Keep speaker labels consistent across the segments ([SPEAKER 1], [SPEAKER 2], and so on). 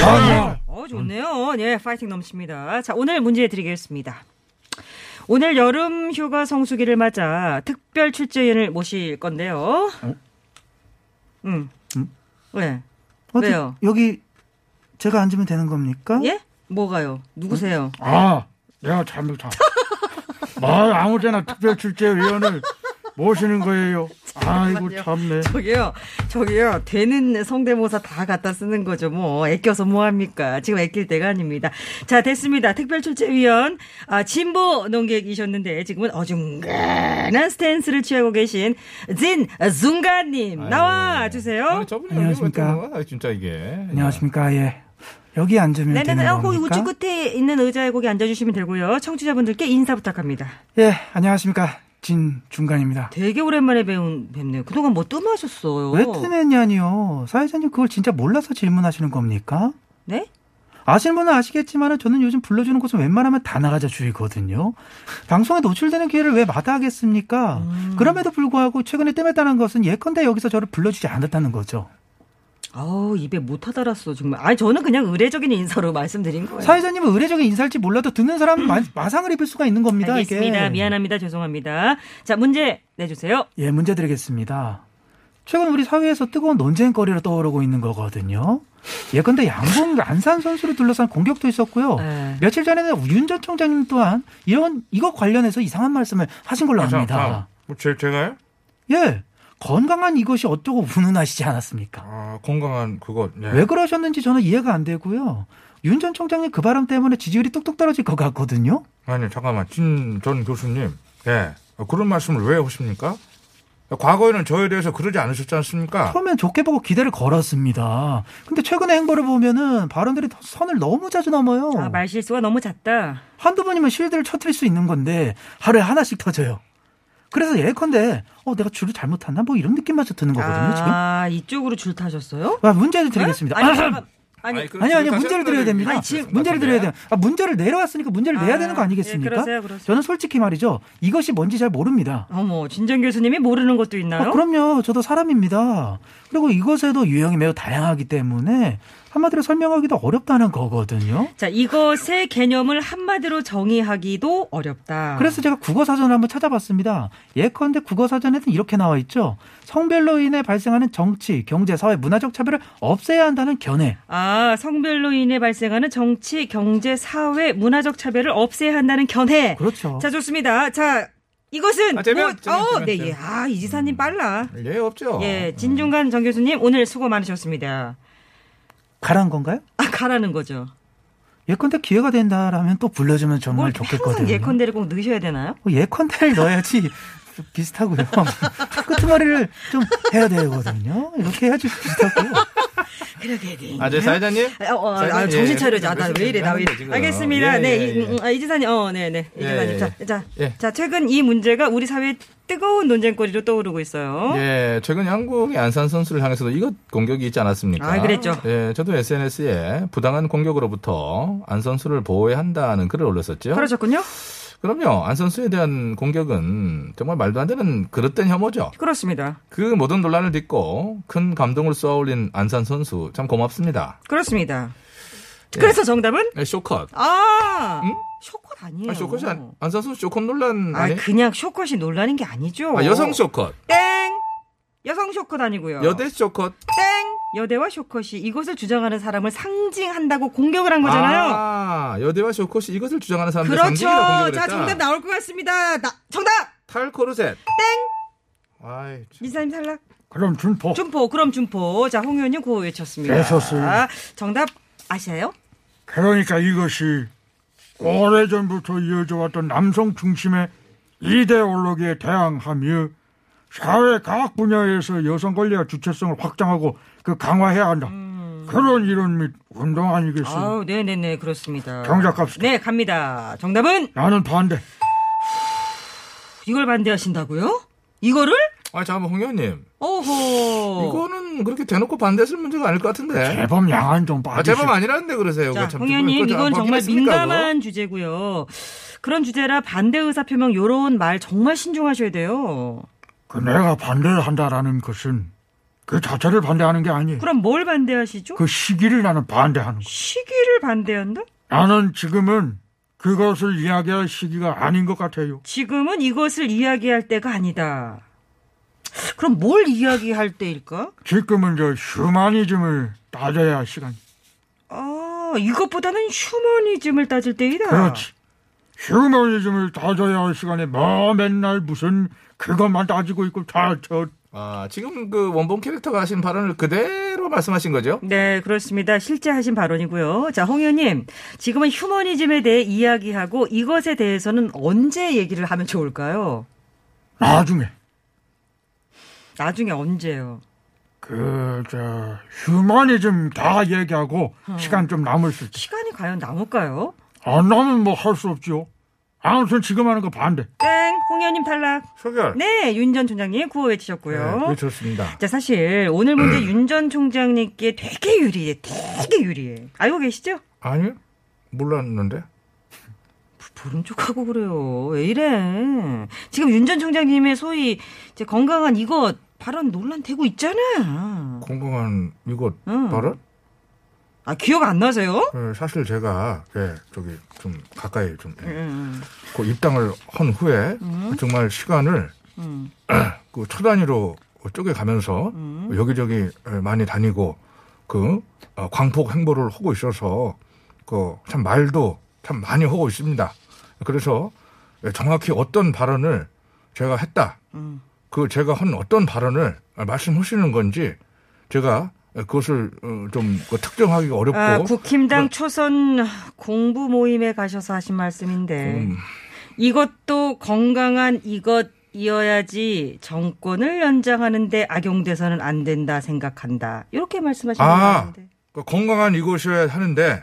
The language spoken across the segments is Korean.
[SPEAKER 1] 양아
[SPEAKER 2] 어, 좋네요. 예, 파이팅 넘칩니다. 자, 오늘 문제 드리겠습니다. 오늘 여름 휴가 성수기를 맞아 특별 출제위원을 모실 건데요.
[SPEAKER 1] 어?
[SPEAKER 2] 음. 네.
[SPEAKER 3] 어디-
[SPEAKER 2] 왜요?
[SPEAKER 3] 여기 제가 앉으면 되는 겁니까?
[SPEAKER 2] 예? 뭐가요? 누구세요?
[SPEAKER 1] 아 내가 잘못한 말 아무 데나 특별출제위원을 모시는 거예요 아이고 참네
[SPEAKER 2] 저기요, 저기요, 되는 성대모사 다 갖다 쓰는 거죠. 뭐, 애껴서 뭐합니까? 지금 애낄 때가 아닙니다. 자, 됐습니다. 특별출제위원, 아, 진보 농객이셨는데, 지금은 어중간한 스탠스를 취하고 계신 진, 숭가님, 나와주세요.
[SPEAKER 4] 저분이
[SPEAKER 3] 어? 안녕하십니까.
[SPEAKER 4] 진짜 이게
[SPEAKER 3] 안녕하십니까? 예. 여기 앉으면
[SPEAKER 2] 네네네.
[SPEAKER 3] 되는
[SPEAKER 2] 어, 거기
[SPEAKER 3] 겁니까?
[SPEAKER 2] 우측 끝에 있는 의자에 거기 앉아주시면 되고요. 청취자분들께 인사 부탁합니다.
[SPEAKER 3] 예, 안녕하십니까. 진 중간입니다.
[SPEAKER 2] 되게 오랜만에 배운 뵙네요. 그동안 뭐 뜸하셨어요?
[SPEAKER 3] 왜 뜸했냐니요? 사회자님 그걸 진짜 몰라서 질문하시는 겁니까?
[SPEAKER 2] 네?
[SPEAKER 3] 아시는 분은 아시겠지만 저는 요즘 불러주는 곳은 웬만하면 다 나가자 주의거든요. 방송에 노출되는 기회를 왜 마다하겠습니까? 그럼에도 불구하고 최근에 뜸했다는 것은 예컨대 여기서 저를 불러주지 않았다는 거죠.
[SPEAKER 2] 아우 입에 못 하달았어 정말. 아니 저는 그냥 의례적인 인사로 말씀드린 거예요.
[SPEAKER 3] 사회자님은 의례적인 인사일지 몰라도 듣는 사람은 마, 마상을 입을 수가 있는 겁니다.
[SPEAKER 2] 음. 알겠습니다.
[SPEAKER 3] 이게.
[SPEAKER 2] 미안합니다. 죄송합니다. 자 문제 내주세요.
[SPEAKER 3] 예, 문제 드리겠습니다. 최근 우리 사회에서 뜨거운 논쟁거리로 떠오르고 있는 거거든요. 예컨대 양궁 안산 선수를 둘러싼 공격도 있었고요.
[SPEAKER 2] 네.
[SPEAKER 3] 며칠 전에는 윤 전 총장님 또한 이런 이거 관련해서 이상한 말씀을 하신 걸로
[SPEAKER 2] 그렇죠.
[SPEAKER 5] 아, 참,
[SPEAKER 3] 압니다.
[SPEAKER 5] 참. 뭐 제, 제가요?
[SPEAKER 3] 예, 건강한 이것이 어쩌고 분운하시지 않았습니까?
[SPEAKER 5] 아, 건강한 그거. 네.
[SPEAKER 3] 왜 그러셨는지 저는 이해가 안 되고요. 윤 전 총장님 그 바람 때문에 지지율이 뚝뚝 떨어질 것 같거든요.
[SPEAKER 4] 아니 잠깐만 진 전 교수님 예 그런 말씀을 왜 하십니까? 과거에는 저에 대해서 그러지 않으셨지 않습니까?
[SPEAKER 3] 처음엔 좋게 보고 기대를 걸었습니다. 근데 최근의 행보를 보면은 발언들이 더 선을 너무 자주 넘어요.
[SPEAKER 2] 아 말실수가 너무 잦다.
[SPEAKER 3] 한두 번이면 실드를 쳐트릴 수 있는 건데 하루에 하나씩 터져요. 그래서 예컨대 어 내가 줄을 잘못 탔나 뭐 이런 느낌마저 드는 거거든요 지금.
[SPEAKER 2] 아 이쪽으로 줄 타셨어요?
[SPEAKER 3] 아, 문제를 드리겠습니다.
[SPEAKER 2] 네? 아니, 잠깐- 아니,
[SPEAKER 5] 그
[SPEAKER 3] 아니 아니
[SPEAKER 5] 지금
[SPEAKER 3] 문제를 드려야 됩니다.
[SPEAKER 2] 아니, 지금
[SPEAKER 3] 문제를 드려야 돼요. 아, 문제를 내려왔으니까 문제를
[SPEAKER 2] 아,
[SPEAKER 3] 내야 되는 거
[SPEAKER 2] 예,
[SPEAKER 3] 아니겠습니까?
[SPEAKER 2] 그러세요, 그러세요.
[SPEAKER 3] 저는 솔직히 말이죠. 이것이 뭔지 잘 모릅니다.
[SPEAKER 2] 어머 진정 교수님이 모르는 것도
[SPEAKER 3] 아,
[SPEAKER 2] 있나요?
[SPEAKER 3] 그럼요. 저도 사람입니다. 그리고 이것에도 유형이 매우 다양하기 때문에 한마디로 설명하기도 어렵다는 거거든요.
[SPEAKER 2] 자 이것의 개념을 한마디로 정의하기도 어렵다.
[SPEAKER 3] 그래서 제가 국어사전을 한번 찾아봤습니다. 예컨대 국어사전에는 이렇게 나와 있죠. 성별로 인해 발생하는 정치, 경제, 사회, 문화적 차별을 없애야 한다는 견해.
[SPEAKER 2] 아 성별로 인해 발생하는 정치, 경제, 사회, 문화적 차별을 없애야 한다는 견해.
[SPEAKER 3] 그렇죠.
[SPEAKER 2] 자 좋습니다. 자 이것은
[SPEAKER 5] 아, 재면, 재면,
[SPEAKER 2] 어,
[SPEAKER 5] 재면,
[SPEAKER 2] 네,
[SPEAKER 5] 재면.
[SPEAKER 2] 예. 아 이지사님
[SPEAKER 3] 음.
[SPEAKER 2] 빨라.
[SPEAKER 4] 예
[SPEAKER 5] 어.
[SPEAKER 4] 없죠.
[SPEAKER 2] 예, 진중관 정 교수님 오늘 수고 많으셨습니다.
[SPEAKER 3] 가란 건가요?
[SPEAKER 2] 아 가라는 거죠.
[SPEAKER 3] 예컨대 기회가 된다라면 또 불러주면 정말
[SPEAKER 2] 뭘
[SPEAKER 3] 좋겠거든요.
[SPEAKER 2] 항상 예컨대를 꼭 넣으셔야 되나요?
[SPEAKER 3] 어, 예컨대를 넣어야지 비슷하고요. 끝머리를 좀 해야 되거든요. 이렇게 해야지 비슷하고요.
[SPEAKER 5] 아, 제 사회자님?
[SPEAKER 2] 아, 어, 아,
[SPEAKER 5] 사장님,
[SPEAKER 2] 정신
[SPEAKER 5] 예,
[SPEAKER 2] 차려지. 아, 나
[SPEAKER 5] 말씀
[SPEAKER 2] 왜 이래, 나 왜 이래.
[SPEAKER 5] 하는데, 지금.
[SPEAKER 2] 알겠습니다.
[SPEAKER 5] 예,
[SPEAKER 2] 네,
[SPEAKER 5] 예,
[SPEAKER 2] 이, 음, 아, 이지사님, 어, 네, 네. 이지사님.
[SPEAKER 5] 예, 예.
[SPEAKER 2] 자, 자,
[SPEAKER 5] 예.
[SPEAKER 2] 자, 최근 이 문제가 우리 사회의 뜨거운 논쟁거리로 떠오르고 있어요.
[SPEAKER 5] 예, 최근 양궁의 안산 선수를 향해서도 이것 공격이 있지 않았습니까?
[SPEAKER 2] 아, 그랬죠.
[SPEAKER 5] 예, 저도 SNS에 부당한 공격으로부터 안 선수를 보호해야 한다는 글을 올렸었죠.
[SPEAKER 2] 그러셨군요?
[SPEAKER 5] 그럼요. 안 선수에 대한 공격은 정말 말도 안 되는 그릇된 혐오죠.
[SPEAKER 2] 그렇습니다.
[SPEAKER 5] 그 모든 논란을 딛고 큰 감동을 쏘아올린 안산 선수 참 고맙습니다.
[SPEAKER 2] 그렇습니다. 그래서 정답은?
[SPEAKER 5] 예, 쇼컷.
[SPEAKER 2] 아! 쇼컷 아니에요.
[SPEAKER 5] 아, 쇼컷이 안, 안 선수 쇼컷 논란
[SPEAKER 2] 아,
[SPEAKER 5] 아니?
[SPEAKER 2] 그냥 쇼컷이 어. 논란인 게 아니죠.
[SPEAKER 5] 아, 여성 쇼컷.
[SPEAKER 2] 땡! 여성 쇼컷 아니고요.
[SPEAKER 5] 여대 쇼컷.
[SPEAKER 2] 땡! 여대와 쇼컷이 이것을 주장하는 사람을 상징한다고 공격을 한 거잖아요.
[SPEAKER 5] 아, 여대와 쇼컷이 이것을 주장하는 사람들
[SPEAKER 2] 그렇죠.
[SPEAKER 5] 상징이라고 공격을
[SPEAKER 2] 자,
[SPEAKER 5] 했다.
[SPEAKER 2] 정답 나올 것 같습니다. 나, 정답!
[SPEAKER 5] 탈코르셋. 땡. 아이, 참.
[SPEAKER 2] 이사님 탈락.
[SPEAKER 1] 그럼 준포.
[SPEAKER 2] 준포, 그럼 준포. 자, 홍 의원님 구호 외쳤습니다.
[SPEAKER 1] 됐었어요.
[SPEAKER 2] 아, 정답 아세요?
[SPEAKER 1] 그러니까 이것이 오래전부터 이어져 왔던 남성 중심의 이데올로기에 대항하며 사회 각 분야에서 여성 권리와 주체성을 확장하고 그 강화해야 한다. 그런 이론 및 운동 아니겠어요?
[SPEAKER 2] 아우, 네네네, 그렇습니다.
[SPEAKER 1] 경작 갑시다.
[SPEAKER 2] 네, 갑니다. 정답은
[SPEAKER 1] 나는 반대.
[SPEAKER 2] 이걸 반대하신다고요? 이거를?
[SPEAKER 5] 아, 잠깐만, 홍 의원님.
[SPEAKER 2] 오호.
[SPEAKER 5] 이거는 그렇게 대놓고 반대했을 문제가 아닐 것 같은데.
[SPEAKER 1] 제법 양안 좀
[SPEAKER 5] 아,
[SPEAKER 1] 빠지시고.
[SPEAKER 5] 제법 아니라는데 그러세요.
[SPEAKER 2] 자,
[SPEAKER 5] 그거 참.
[SPEAKER 2] 홍 의원님,
[SPEAKER 5] 그거 참
[SPEAKER 2] 이건 정말
[SPEAKER 5] 확인했습니까, 그거?
[SPEAKER 2] 민감한 주제고요. 그런 주제라 반대 의사 표명 요런 말 정말 신중하셔야 돼요.
[SPEAKER 1] 그 내가 반대한다라는 것은 그 자체를 반대하는 게 아니에요.
[SPEAKER 2] 그럼 뭘 반대하시죠?
[SPEAKER 1] 그 시기를 나는 반대하는 거.
[SPEAKER 2] 시기를 반대한다?
[SPEAKER 1] 나는 지금은 그것을 이야기할 시기가 아닌 것 같아요.
[SPEAKER 2] 지금은 이것을 이야기할 때가 아니다. 그럼 뭘 이야기할 때일까?
[SPEAKER 1] 지금은 저 휴머니즘을 따져야 할 시간.
[SPEAKER 2] 아, 이것보다는 휴머니즘을 따질 때이다.
[SPEAKER 1] 그렇지. 휴머니즘을 따져야 할 시간에 뭐 맨날 무슨 그것만 따지고 있고 다저
[SPEAKER 5] 아, 지금 그 원본 캐릭터가 하신 발언을 그대로 말씀하신 거죠?
[SPEAKER 2] 네, 그렇습니다. 실제 하신 발언이고요. 자, 홍 의원님, 지금은 휴머니즘에 대해 이야기하고 이것에 대해서는 언제 얘기를 하면 좋을까요?
[SPEAKER 1] 나중에
[SPEAKER 2] 나중에 언제요?
[SPEAKER 1] 그, 저, 휴머니즘 다 얘기하고 시간 좀 남을 수 있지.
[SPEAKER 2] 시간이 과연 남을까요?
[SPEAKER 1] 안 나면 뭐 할 수 없지요. 아무튼 지금 하는 거 반대.
[SPEAKER 2] 땡! 홍현님 탈락.
[SPEAKER 4] 소결.
[SPEAKER 2] 네, 윤 전 총장님 구호 외치셨고요.
[SPEAKER 4] 네, 좋습니다.
[SPEAKER 2] 자, 사실 오늘
[SPEAKER 4] 음.
[SPEAKER 2] 문제 윤 전 총장님께 되게 유리해. 되게 유리해. 알고 계시죠?
[SPEAKER 4] 아니 몰랐는데.
[SPEAKER 2] 모른 척하고 그래요. 왜 이래. 지금 윤 전 총장님의 소위 이제 건강한 이거 발언 논란 되고 있잖아.
[SPEAKER 4] 건강한 이것
[SPEAKER 2] 응.
[SPEAKER 4] 발언?
[SPEAKER 2] 아, 기억 안 나세요?
[SPEAKER 5] 그
[SPEAKER 4] 예, 사실 제가 예, 저기 좀 가까이 좀 예,
[SPEAKER 2] 음,
[SPEAKER 4] 그 입당을 한 후에 정말 시간을
[SPEAKER 2] 음.
[SPEAKER 4] 그 초단위로 쪼개가면서 여기저기 많이 다니고 그 어, 광폭 행보를 하고 있어서 그 참 말도 참 많이 하고 있습니다. 그래서 정확히 어떤 발언을 제가 했다.
[SPEAKER 2] 음.
[SPEAKER 4] 그 제가 한 어떤 발언을 말씀하시는 건지 제가 그것을 어, 좀그 특정하기가 어렵고
[SPEAKER 2] 아, 국힘당 초선 공부 모임에 가셔서 하신 말씀인데
[SPEAKER 4] 음.
[SPEAKER 2] 이것도 건강한 이것이어야지 정권을 연장하는데 악용돼서는 안 된다 생각한다. 이렇게 말씀하신 거
[SPEAKER 4] 아,
[SPEAKER 2] 같은데.
[SPEAKER 4] 그 건강한 이것이어야 하는데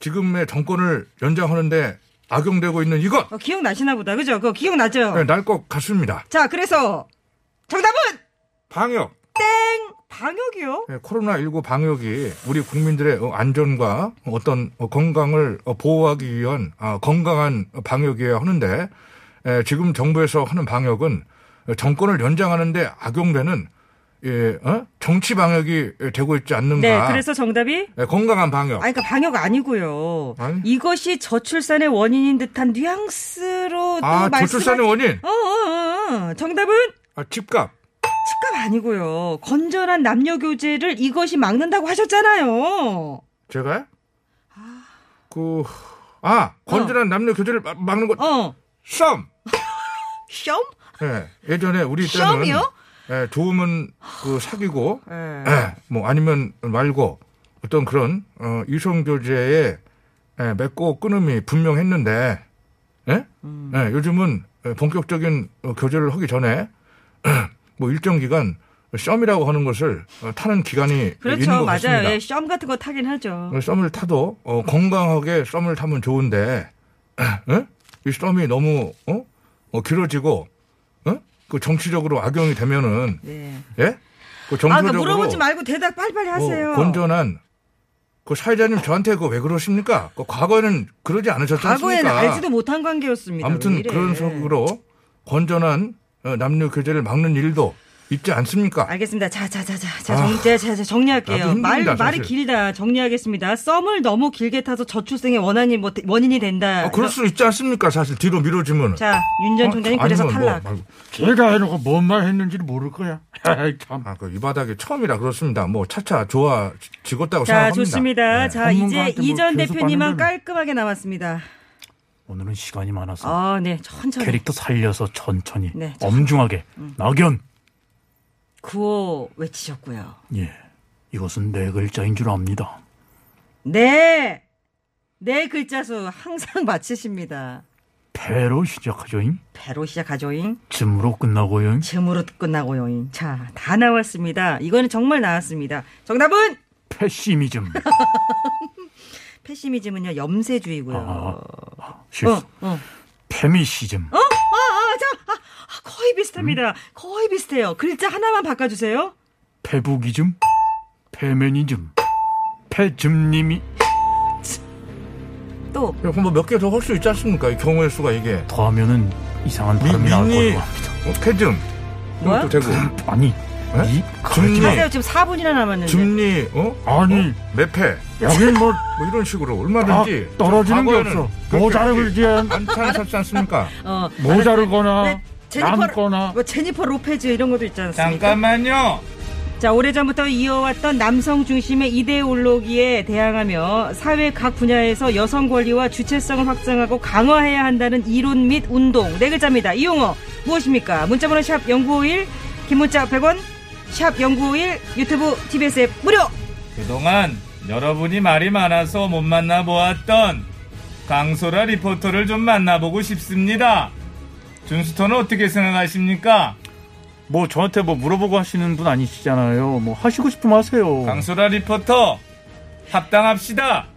[SPEAKER 4] 지금의 정권을 연장하는데 악용되고 있는 이것 네,
[SPEAKER 2] 어, 기억나시나 보다. 그죠? 그거 기억나죠?
[SPEAKER 4] 날 것 같습니다.
[SPEAKER 2] 자, 그래서 정답은
[SPEAKER 4] 방역. 네,
[SPEAKER 2] 방역이요.
[SPEAKER 4] 코로나19 방역이 우리 국민들의 어, 안전과 어떤 어, 건강을 어, 보호하기 위한 아, 건강한 방역이어야 하는데 에, 지금 정부에서 하는 방역은 정권을 연장하는데 악용되는 예, 어? 정치 방역이 되고 있지 않는가.
[SPEAKER 2] 네, 그래서 정답이
[SPEAKER 4] 예, 건강한 방역.
[SPEAKER 2] 아니 그러니까 방역 아니고요.
[SPEAKER 4] 아니.
[SPEAKER 2] 이것이 저출산의 원인인 듯한 뉘앙스로 또
[SPEAKER 4] 아,
[SPEAKER 2] 말씀하-
[SPEAKER 4] 저출산의 원인.
[SPEAKER 2] 어, 어, 어. 정답은
[SPEAKER 4] 아, 집값.
[SPEAKER 2] 집값 아니고요. 건전한 남녀 교제를 이것이 막는다고 하셨잖아요.
[SPEAKER 4] 제가요? 그, 아, 건전한 남녀 교제를 막- 막는 것,
[SPEAKER 2] 어.
[SPEAKER 4] 썸!
[SPEAKER 2] 숑?
[SPEAKER 4] 예, 예전에 우리 때는.
[SPEAKER 2] 썸이요?
[SPEAKER 4] 예, 좋으면 그 사귀고,
[SPEAKER 2] 예.
[SPEAKER 4] 예, 뭐 아니면 말고, 어떤 그런, 어, 이성교제에, 예, 맺고 끊음이 분명했는데, 예?
[SPEAKER 2] 음.
[SPEAKER 4] 예, 요즘은 예, 본격적인 어, 교제를 하기 전에, 뭐 일정 기간, 썸이라고 하는 것을 어, 타는 기간이 있는
[SPEAKER 2] 그렇죠.
[SPEAKER 4] 것
[SPEAKER 2] 맞아요.
[SPEAKER 4] 같습니다.
[SPEAKER 2] 예, 숑 같은 거 타긴 하죠.
[SPEAKER 4] 어, 썸을 타도 어, 건강하게 썸을 타면 좋은데 에? 이 썸이 너무 어? 어, 길어지고 어? 그 정치적으로 악용이 되면은
[SPEAKER 2] 네.
[SPEAKER 4] 예? 그
[SPEAKER 2] 아, 그러니까
[SPEAKER 4] 정서적으로
[SPEAKER 2] 물어보지 말고 대답 빨리빨리 하세요.
[SPEAKER 4] 어, 건전한 그 사회자님 저한테 그 왜 그러십니까? 그 과거에는 그러지 않으셨지
[SPEAKER 2] 과거에는
[SPEAKER 4] 않습니까?
[SPEAKER 2] 알지도 못한 관계였습니다. 왜
[SPEAKER 4] 아무튼
[SPEAKER 2] 이래.
[SPEAKER 4] 그런 식으로 건전한 어, 남녀 교제를 막는 일도 있지 않습니까?
[SPEAKER 2] 알겠습니다. 자, 자, 자, 자, 자,
[SPEAKER 4] 아.
[SPEAKER 2] 정, 자, 자, 자, 정리할게요.
[SPEAKER 4] 나도 힘듭니다,
[SPEAKER 2] 말,
[SPEAKER 4] 사실.
[SPEAKER 2] 말이 길다. 정리하겠습니다. 썸을 너무 길게 타서 저출생의 원인이, 뭐, 원인이 된다.
[SPEAKER 4] 어, 그럴 수 있지 않습니까? 사실 뒤로 밀어지면은
[SPEAKER 2] 자, 윤 전 총장님 그래서
[SPEAKER 4] 아니면 뭐
[SPEAKER 2] 탈락.
[SPEAKER 4] 말고.
[SPEAKER 1] 제가 해놓고 뭔 말 했는지 모를 거야. 에이, 참.
[SPEAKER 4] 아, 그 이 바닥이 처음이라 그렇습니다. 뭐 차차 좋아지겠다고
[SPEAKER 2] 자,
[SPEAKER 4] 생각합니다.
[SPEAKER 2] 좋습니다.
[SPEAKER 4] 네.
[SPEAKER 2] 자, 이제
[SPEAKER 1] 전문가한테 뭐
[SPEAKER 2] 이 전
[SPEAKER 1] 교수
[SPEAKER 2] 대표님만
[SPEAKER 1] 받는 거는-
[SPEAKER 2] 깔끔하게 남았습니다.
[SPEAKER 6] 오늘은 시간이 많아서
[SPEAKER 2] 아, 네, 천천히.
[SPEAKER 6] 캐릭터 살려서 천천히
[SPEAKER 2] 네, 저-
[SPEAKER 6] 엄중하게 낙연
[SPEAKER 2] 구호 외치셨고요.
[SPEAKER 6] 예 이것은 네 글자인 줄 압니다
[SPEAKER 2] 네! 네 글자수 항상 맞히십니다.
[SPEAKER 6] 배로 시작하죠잉
[SPEAKER 2] 배로 시작하죠잉.
[SPEAKER 6] 쯤으로 끝나고요잉
[SPEAKER 2] 즈음으로 끝나고요잉. 자, 다 나왔습니다. 이거는 정말 나왔습니다. 정답은?
[SPEAKER 6] 패시미즘
[SPEAKER 1] 어.
[SPEAKER 2] 패시미즘은요 염세주의고요.
[SPEAKER 6] 아,
[SPEAKER 2] 어,
[SPEAKER 6] 실수
[SPEAKER 2] 어.
[SPEAKER 6] 페미시즘
[SPEAKER 1] 어?
[SPEAKER 2] 아, 자, 아, 아, 거의 비슷합니다. 거의 비슷해요. 글자 하나만 바꿔주세요.
[SPEAKER 6] 페북이즘 페메니즘 페즘님이
[SPEAKER 2] 또
[SPEAKER 4] 그럼 뭐 몇 개 더 할 수 있지 않습니까? 이 경우의 수가 이게
[SPEAKER 6] 더하면은 이상한
[SPEAKER 4] 미,
[SPEAKER 6] 발음이 나올
[SPEAKER 4] 미니
[SPEAKER 6] 거라고 합니다
[SPEAKER 4] 어, 패즘
[SPEAKER 2] 뭐야?
[SPEAKER 4] 이것도 되고
[SPEAKER 6] 아니
[SPEAKER 1] 네?
[SPEAKER 6] 이
[SPEAKER 4] 줌니
[SPEAKER 2] 하세요. 지금 4분이나 남았는데.
[SPEAKER 4] 네. 줌니 어
[SPEAKER 1] 아니,
[SPEAKER 4] 매패
[SPEAKER 1] 여긴 뭐,
[SPEAKER 4] 뭐 이런 식으로
[SPEAKER 1] 다
[SPEAKER 4] 얼마든지
[SPEAKER 5] 아,
[SPEAKER 1] 떨어지는 게
[SPEAKER 4] 과거에는
[SPEAKER 1] 없어.
[SPEAKER 4] 그렇게
[SPEAKER 1] 모자르고
[SPEAKER 4] 이렇게
[SPEAKER 1] 이제
[SPEAKER 4] 안타깝지 않습니까?
[SPEAKER 2] 어,
[SPEAKER 1] 모자르거나,
[SPEAKER 2] 네, 제니퍼-
[SPEAKER 1] 남거나.
[SPEAKER 2] 뭐 제니퍼 로페즈 이런 것도 있지 않습니까?
[SPEAKER 5] 잠깐만요.
[SPEAKER 2] 자, 오래전부터 이어왔던 남성 중심의 이데올로기에 대항하며 사회 각 분야에서 여성 권리와 주체성을 확장하고 강화해야 한다는 이론 및 운동. 네 글자입니다. 이 용어 무엇입니까? 문자번호 샵 0951, 긴 문자 100원, 샵 0951, 유튜브 TBS 앱 무료!
[SPEAKER 5] 그동안 여러분이 말이 많아서 못 만나보았던 강소라 리포터를 좀 만나보고 싶습니다. 준스턴은 어떻게 생각하십니까?
[SPEAKER 1] 뭐 저한테 뭐 물어보고 하시는 분 아니시잖아요. 뭐 하시고 싶으면 하세요.
[SPEAKER 4] 강소라 리포터 합당합시다.